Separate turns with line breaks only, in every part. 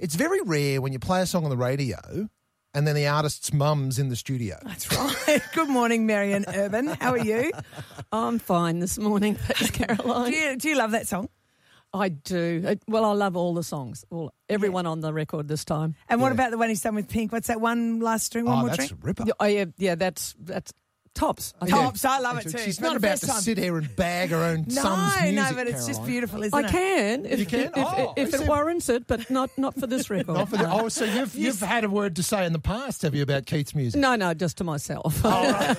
It's very rare when you play a song on the radio and then the artist's mum's in the studio.
That's right. Good morning, Marion Urban. How are you?
I'm fine this morning, thanks, Caroline.
Do you, do you love that song?
I do. It- well, I love all the songs. All everyone on the record this time.
And what
Yeah.
about the one he's done with Pink? What's that one last string? One
oh,
more
that's
drink?
a ripper.
Yeah, oh, yeah, yeah, that's that's tops. I
Yeah.
think.
Tops, I love it
She's
too.
She's
It's
not,
not a
about
first
to
time.
sit here and bag her own
No,
son's music.
no, but it's just
Caroline.
beautiful, isn't
I
it?
can. If,
You can?
If, if,
Oh,
if
I see.
it warrants it, but not not for this record.
Not for the-
No.
oh, so you've you've had a word to say in the past, have you, about Keith's music?
no, no, just to myself.
Oh.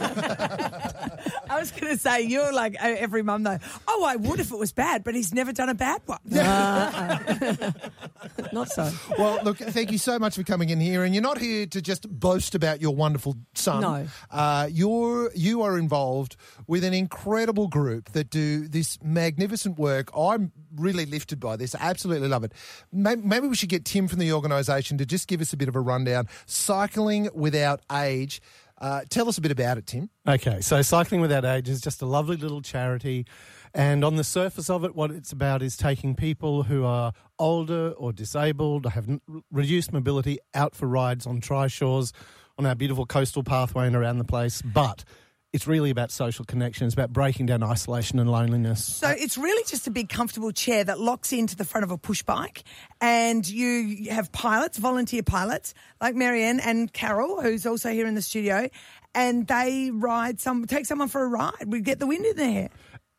I was going to say you're like uh, every mum though. Oh, I would if it was bad, but he's never done a bad one.
Uh,
not so.
Well, look, thank you so much for coming in here, and you're not here to just boast about your wonderful son.
No.
uh, you're you are involved with an incredible group that do this magnificent work. I'm really lifted by this. I absolutely love it. Maybe, maybe we should get Tim from the organisation to just give us a bit of a rundown. Cycling without age. Uh, tell us a bit about it, Tim.
Okay, so Cycling Without Age is just a lovely little charity. And on the surface of it, what it's about is taking people who are older or disabled, have n- reduced mobility, out for rides on tri-shores, on our beautiful coastal pathway and around the place. But it's really about social connection. It's about breaking down isolation and loneliness.
So it's really just a big comfortable chair that locks into the front of a push bike, and you have pilots, volunteer pilots like Marianne and Carol, who's also here in the studio, and they ride some, take someone for a ride. We get the wind in their hair.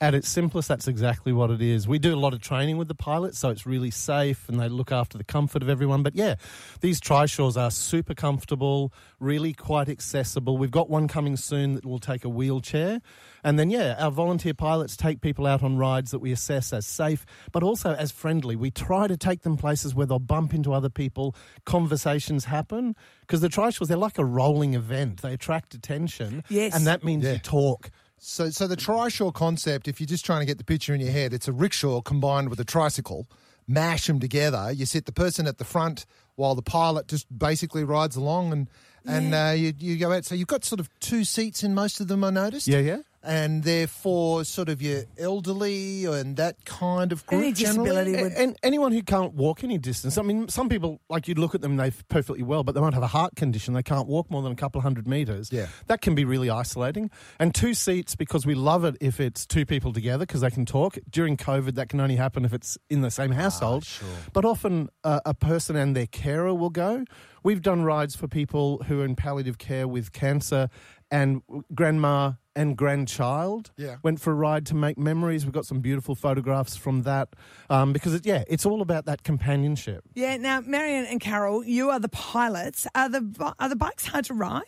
At its simplest, that's exactly what it is. We do a lot of training with the pilots, so it's really safe and they look after the comfort of everyone. But yeah, these tri-shores are super comfortable, really quite accessible. We've got one coming soon that will take a wheelchair. And then, yeah, our volunteer pilots take people out on rides that we assess as safe, but also as friendly. We try to take them places where they'll bump into other people, conversations happen, because the tri-shores, they're like a rolling event. They attract attention.
Yes.
And that means
Yeah.
you talk.
So, so the trishaw concept, if you're just trying to get the picture in your head, it's a rickshaw combined with a tricycle. Mash them together. You sit the person at the front while the pilot just basically rides along, and and uh, you you go out. So you've got sort of two seats in most of them. I noticed.
Yeah, yeah.
And they're for sort of your elderly and that kind of group.
Any disability
generally.
would-
A- And anyone who can't walk any distance. I mean, some people, like you look at them, they're perfectly well, but they might have a heart condition. They can't walk more than a couple of hundred meters.
Yeah.
That can be really isolating. And two seats, because we love it if it's two people together because they can talk. During COVID, that can only happen if it's in the same household. But often uh, a person and their carer will go. We've done rides for people who are in palliative care with cancer and grandma and grandchild
Yeah.
went for a ride to make memories. We've got some beautiful photographs from that um, because, it, yeah, it's all about that companionship.
Yeah. Now, Marianne and Carol, you are the pilots. Are the bi- are the bikes hard to ride?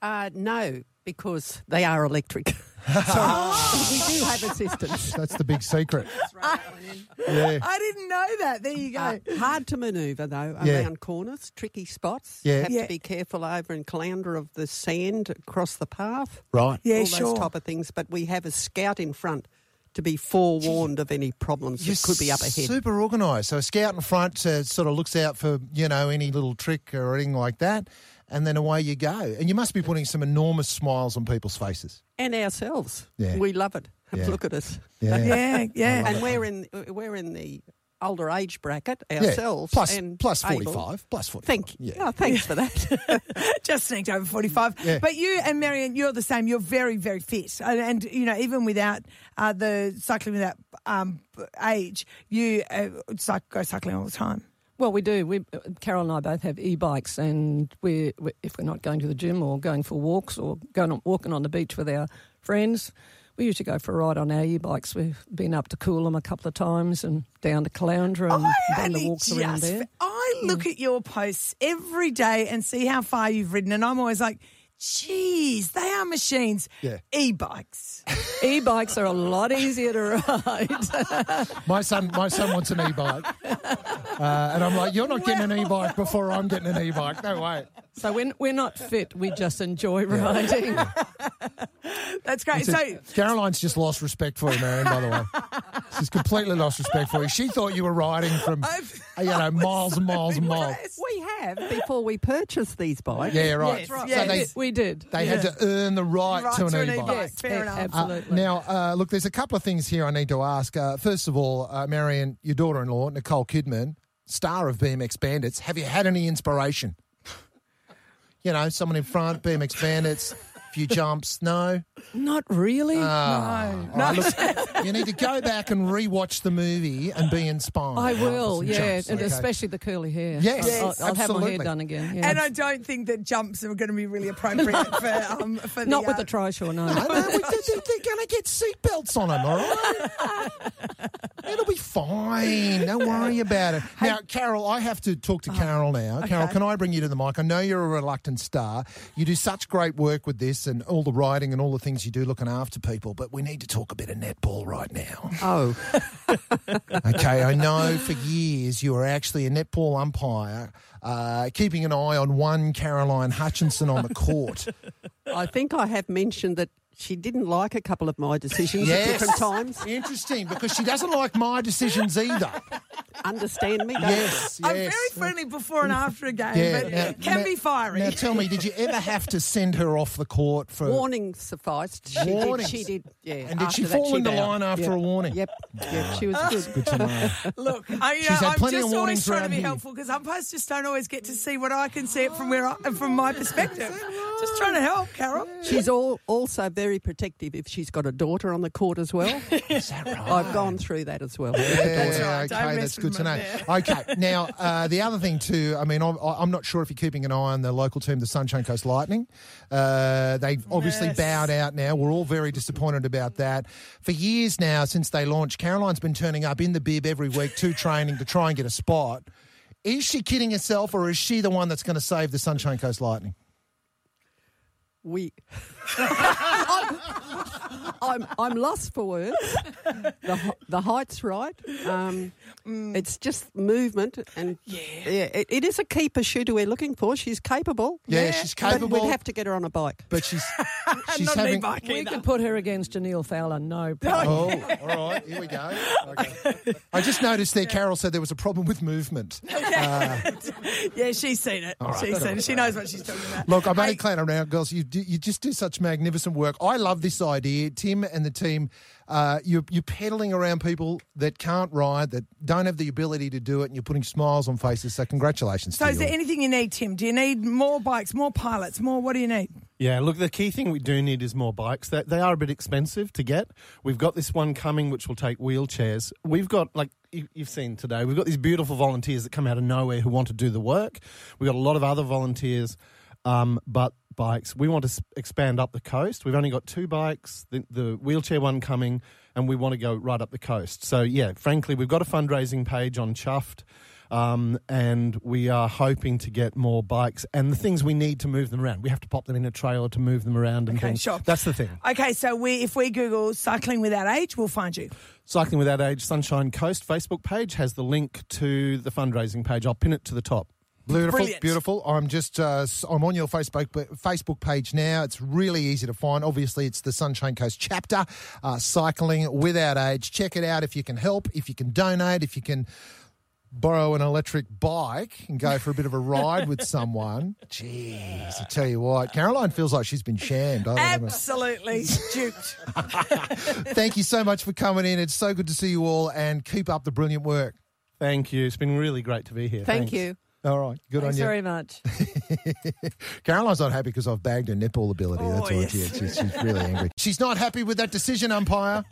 Uh, no, because they are electric. so we do have assistance.
That's the big secret. yeah.
I didn't know that. There you go.
Uh,
Ah.
hard to manoeuvre though
Yeah.
around corners, tricky spots.
Yeah.
have
Yeah.
to be careful over in Caloundra of the sand across the path.
Right.
yeah,
all
sure.
those type of things. But we have a scout in front to be forewarned of any problems that could be up ahead.
Super organised. So a scout in front uh, sort of looks out for you know any little trick or anything like that, and then away you go. And you must be putting some enormous smiles on people's faces.
and ourselves,
Yeah.
we love it. Have
Yeah.
a look at us.
yeah, yeah.
And we're in we're in the older age bracket
Yeah.
ourselves.
Plus,
and
plus
able-
forty five. Plus forty.
Thank you.
Yeah.
Oh, thanks for that.
Just sneaked over 45.
Yeah.
But you and Marion, you're the same. You're very, very fit. And, and you know, even without uh, the cycling without um, age, you uh, cyc- go cycling all the time.
Well, we do. We,
uh,
Carol and I both have e-bikes, and we, we if we're not going to the gym or going for walks or going on, walking on the beach with our friends, we usually go for a ride on our e-bikes. We've been up to Coolum a couple of times and down to Caloundra and done the
only
walks around
Oh, just-
there. Mm.
I look at your posts every day and see how far you've ridden, and I'm always like, geez, they are machines.
Yeah.
E-bikes.
E-bikes are a lot easier to ride.
My son, my son wants an e bike, uh, and I'm like, you're not getting an e bike before I'm getting an e bike. No way.
so we're, we're not fit. We just enjoy riding.
That's great.
So,
So,
Caroline's just lost respect for you, Marion. By the way, she's completely lost respect for you. She thought you were riding from
I've-
you know miles and miles and miles.
we have before we purchased these bikes.
Yeah, right.
Yes,
So
right.
they-
Yes.
we did.
They had to earn the right,
Right
to an
to an
e-bike.
e-bike. Fair enough.
Uh,
Absolutely.
now, uh, look, there's a couple of things here I need to ask. Uh, first of all, uh, Marion, your daughter-in-law Nicole Kidman, star of BMX Bandits, have you had any inspiration? you know, someone in front, BMX Bandits, a few jumps. No.
Not really.
Ah, no. you need to go back and rewatch the movie and be inspired.
I
Oh,
will,
some
yeah,
jumps,
and
okay.
especially the curly hair.
Yes.
I'll,
Yes,
I'll, I'll have my hair
absolutely.
done again. Yeah.
And I don't think that jumps are going to be really appropriate for um, for
Not
the,
with
uh,
the trishaw, no.
No, no, we- they- they- they're going to get seatbelts on them, all right? It'll be fine. Don't worry about it. Now, Carol, I have to talk to Carol now. Carol, can I bring you to the mic? I know you're a reluctant star. You do such great work with this and all the writing and all the things you do looking after people, but we need to talk a bit of netball right now.
Oh,
Okay, I know for years you were actually a netball umpire, uh, keeping an eye on one Caroline Hutchinson on the court.
I think I have mentioned that she didn't like a couple of my decisions
Yes.
at different times.
Interesting, because she doesn't like my decisions either.
Understand me? don't you?
Yes, yes.
I'm very friendly before and after a game,
Yeah,
but
now-
it can
now-
be fiery.
Now tell me, did you ever have to send her off the court for
Warning sufficed. She
Warnings.
did. She did. Yeah.
And did she
after that,
fall in the
bowed.
line after
Yeah.
a warning? Ah,
Yep. Yep. She was good.
Good to know.
Look, I, you
She's
know,
had
I'm
plenty of warnings
just always trying to
around
be
here.
helpful because umpires just don't always get to see what I can see it from where I, uh, from my perspective. Just trying to help, Carol.
She's all, also very protective if she's got a daughter on the court as well.
Is that right?
I've gone through that as well.
Yeah,
right. Don't
okay,
mess
that's
with
good to know.
them
Okay, now uh, the other thing too. I mean, I'm, I'm not sure if you're keeping an eye on the local team, the Sunshine Coast Lightning. Uh, they obviously
Yes.
bowed out. Now we're all very disappointed about that. For years now, since they launched, Caroline's been turning up in the bib every week to training to try and get a spot. Is she kidding herself, or is she the one that's going to save the Sunshine Coast Lightning?
We. I'm, I'm, I'm lost for words. The, h- the height's right. Um, It's just movement, and yeah, it, it is a keeper shooter we're looking for. She's capable.
Yeah, she's capable.
But we'd have to get her on a bike.
but she's she's
Not
having.
me, Mike,
we
either.
could put her against Janelle Fowler, no problem.
Oh, all right, here we go. Okay. I just noticed there, Carol said there was a problem with movement.
Yeah, she's seen it. She's seen it. She knows what she's talking about.
Look, I'm only
Hey,
clowning around, girls. You do, you just do such magnificent work. I love this idea, Tim and the team. Uh, you're you're peddling around people that can't ride, that don't have the ability to do it, and you're putting smiles on faces. So congratulations
So,
to
is
you.
there anything you need, Tim? Do you need more bikes, more pilots, more? What do you need?
Yeah, look, the key thing we do need is more bikes. They, they are a bit expensive to get. We've got this one coming which will take wheelchairs. We've got, like you, you've seen today, we've got these beautiful volunteers that come out of nowhere who want to do the work. We've got a lot of other volunteers, um, but bikes. We want to s- expand up the coast. We've only got two bikes, the, the wheelchair one coming, and we want to go right up the coast. So, yeah, frankly, we've got a fundraising page on Chuffed. Um, and we are hoping to get more bikes and the things we need to move them around. We have to pop them in a trailer to move them around and
Okay,
things.
sure.
That's the thing.
Okay, so we if we Google cycling without age, we'll find you.
Cycling Without Age Sunshine Coast Facebook page has the link to the fundraising page. I'll pin it to the top.
Beautiful,
Brilliant.
beautiful. I'm just uh, s- I'm on your Facebook Facebook page now. It's really easy to find. Obviously, it's the Sunshine Coast chapter, uh, cycling without age. Check it out if you can help, if you can donate, if you can borrow an electric bike and go for a bit of a ride with someone. Jeez, I tell you what, Caroline feels like she's been shammed. I don't know.
Absolutely duped.
Thank you so much for coming in. It's so good to see you all, and keep up the brilliant work.
Thank you. It's been really great to be here.
Thank
Thanks.
you.
All right, good
Thanks
on you.
very much.
Caroline's not happy because I've bagged her netball ability. That's
Oh,
why
yes.
she is. She's, she's really angry. She's not happy with that decision, umpire.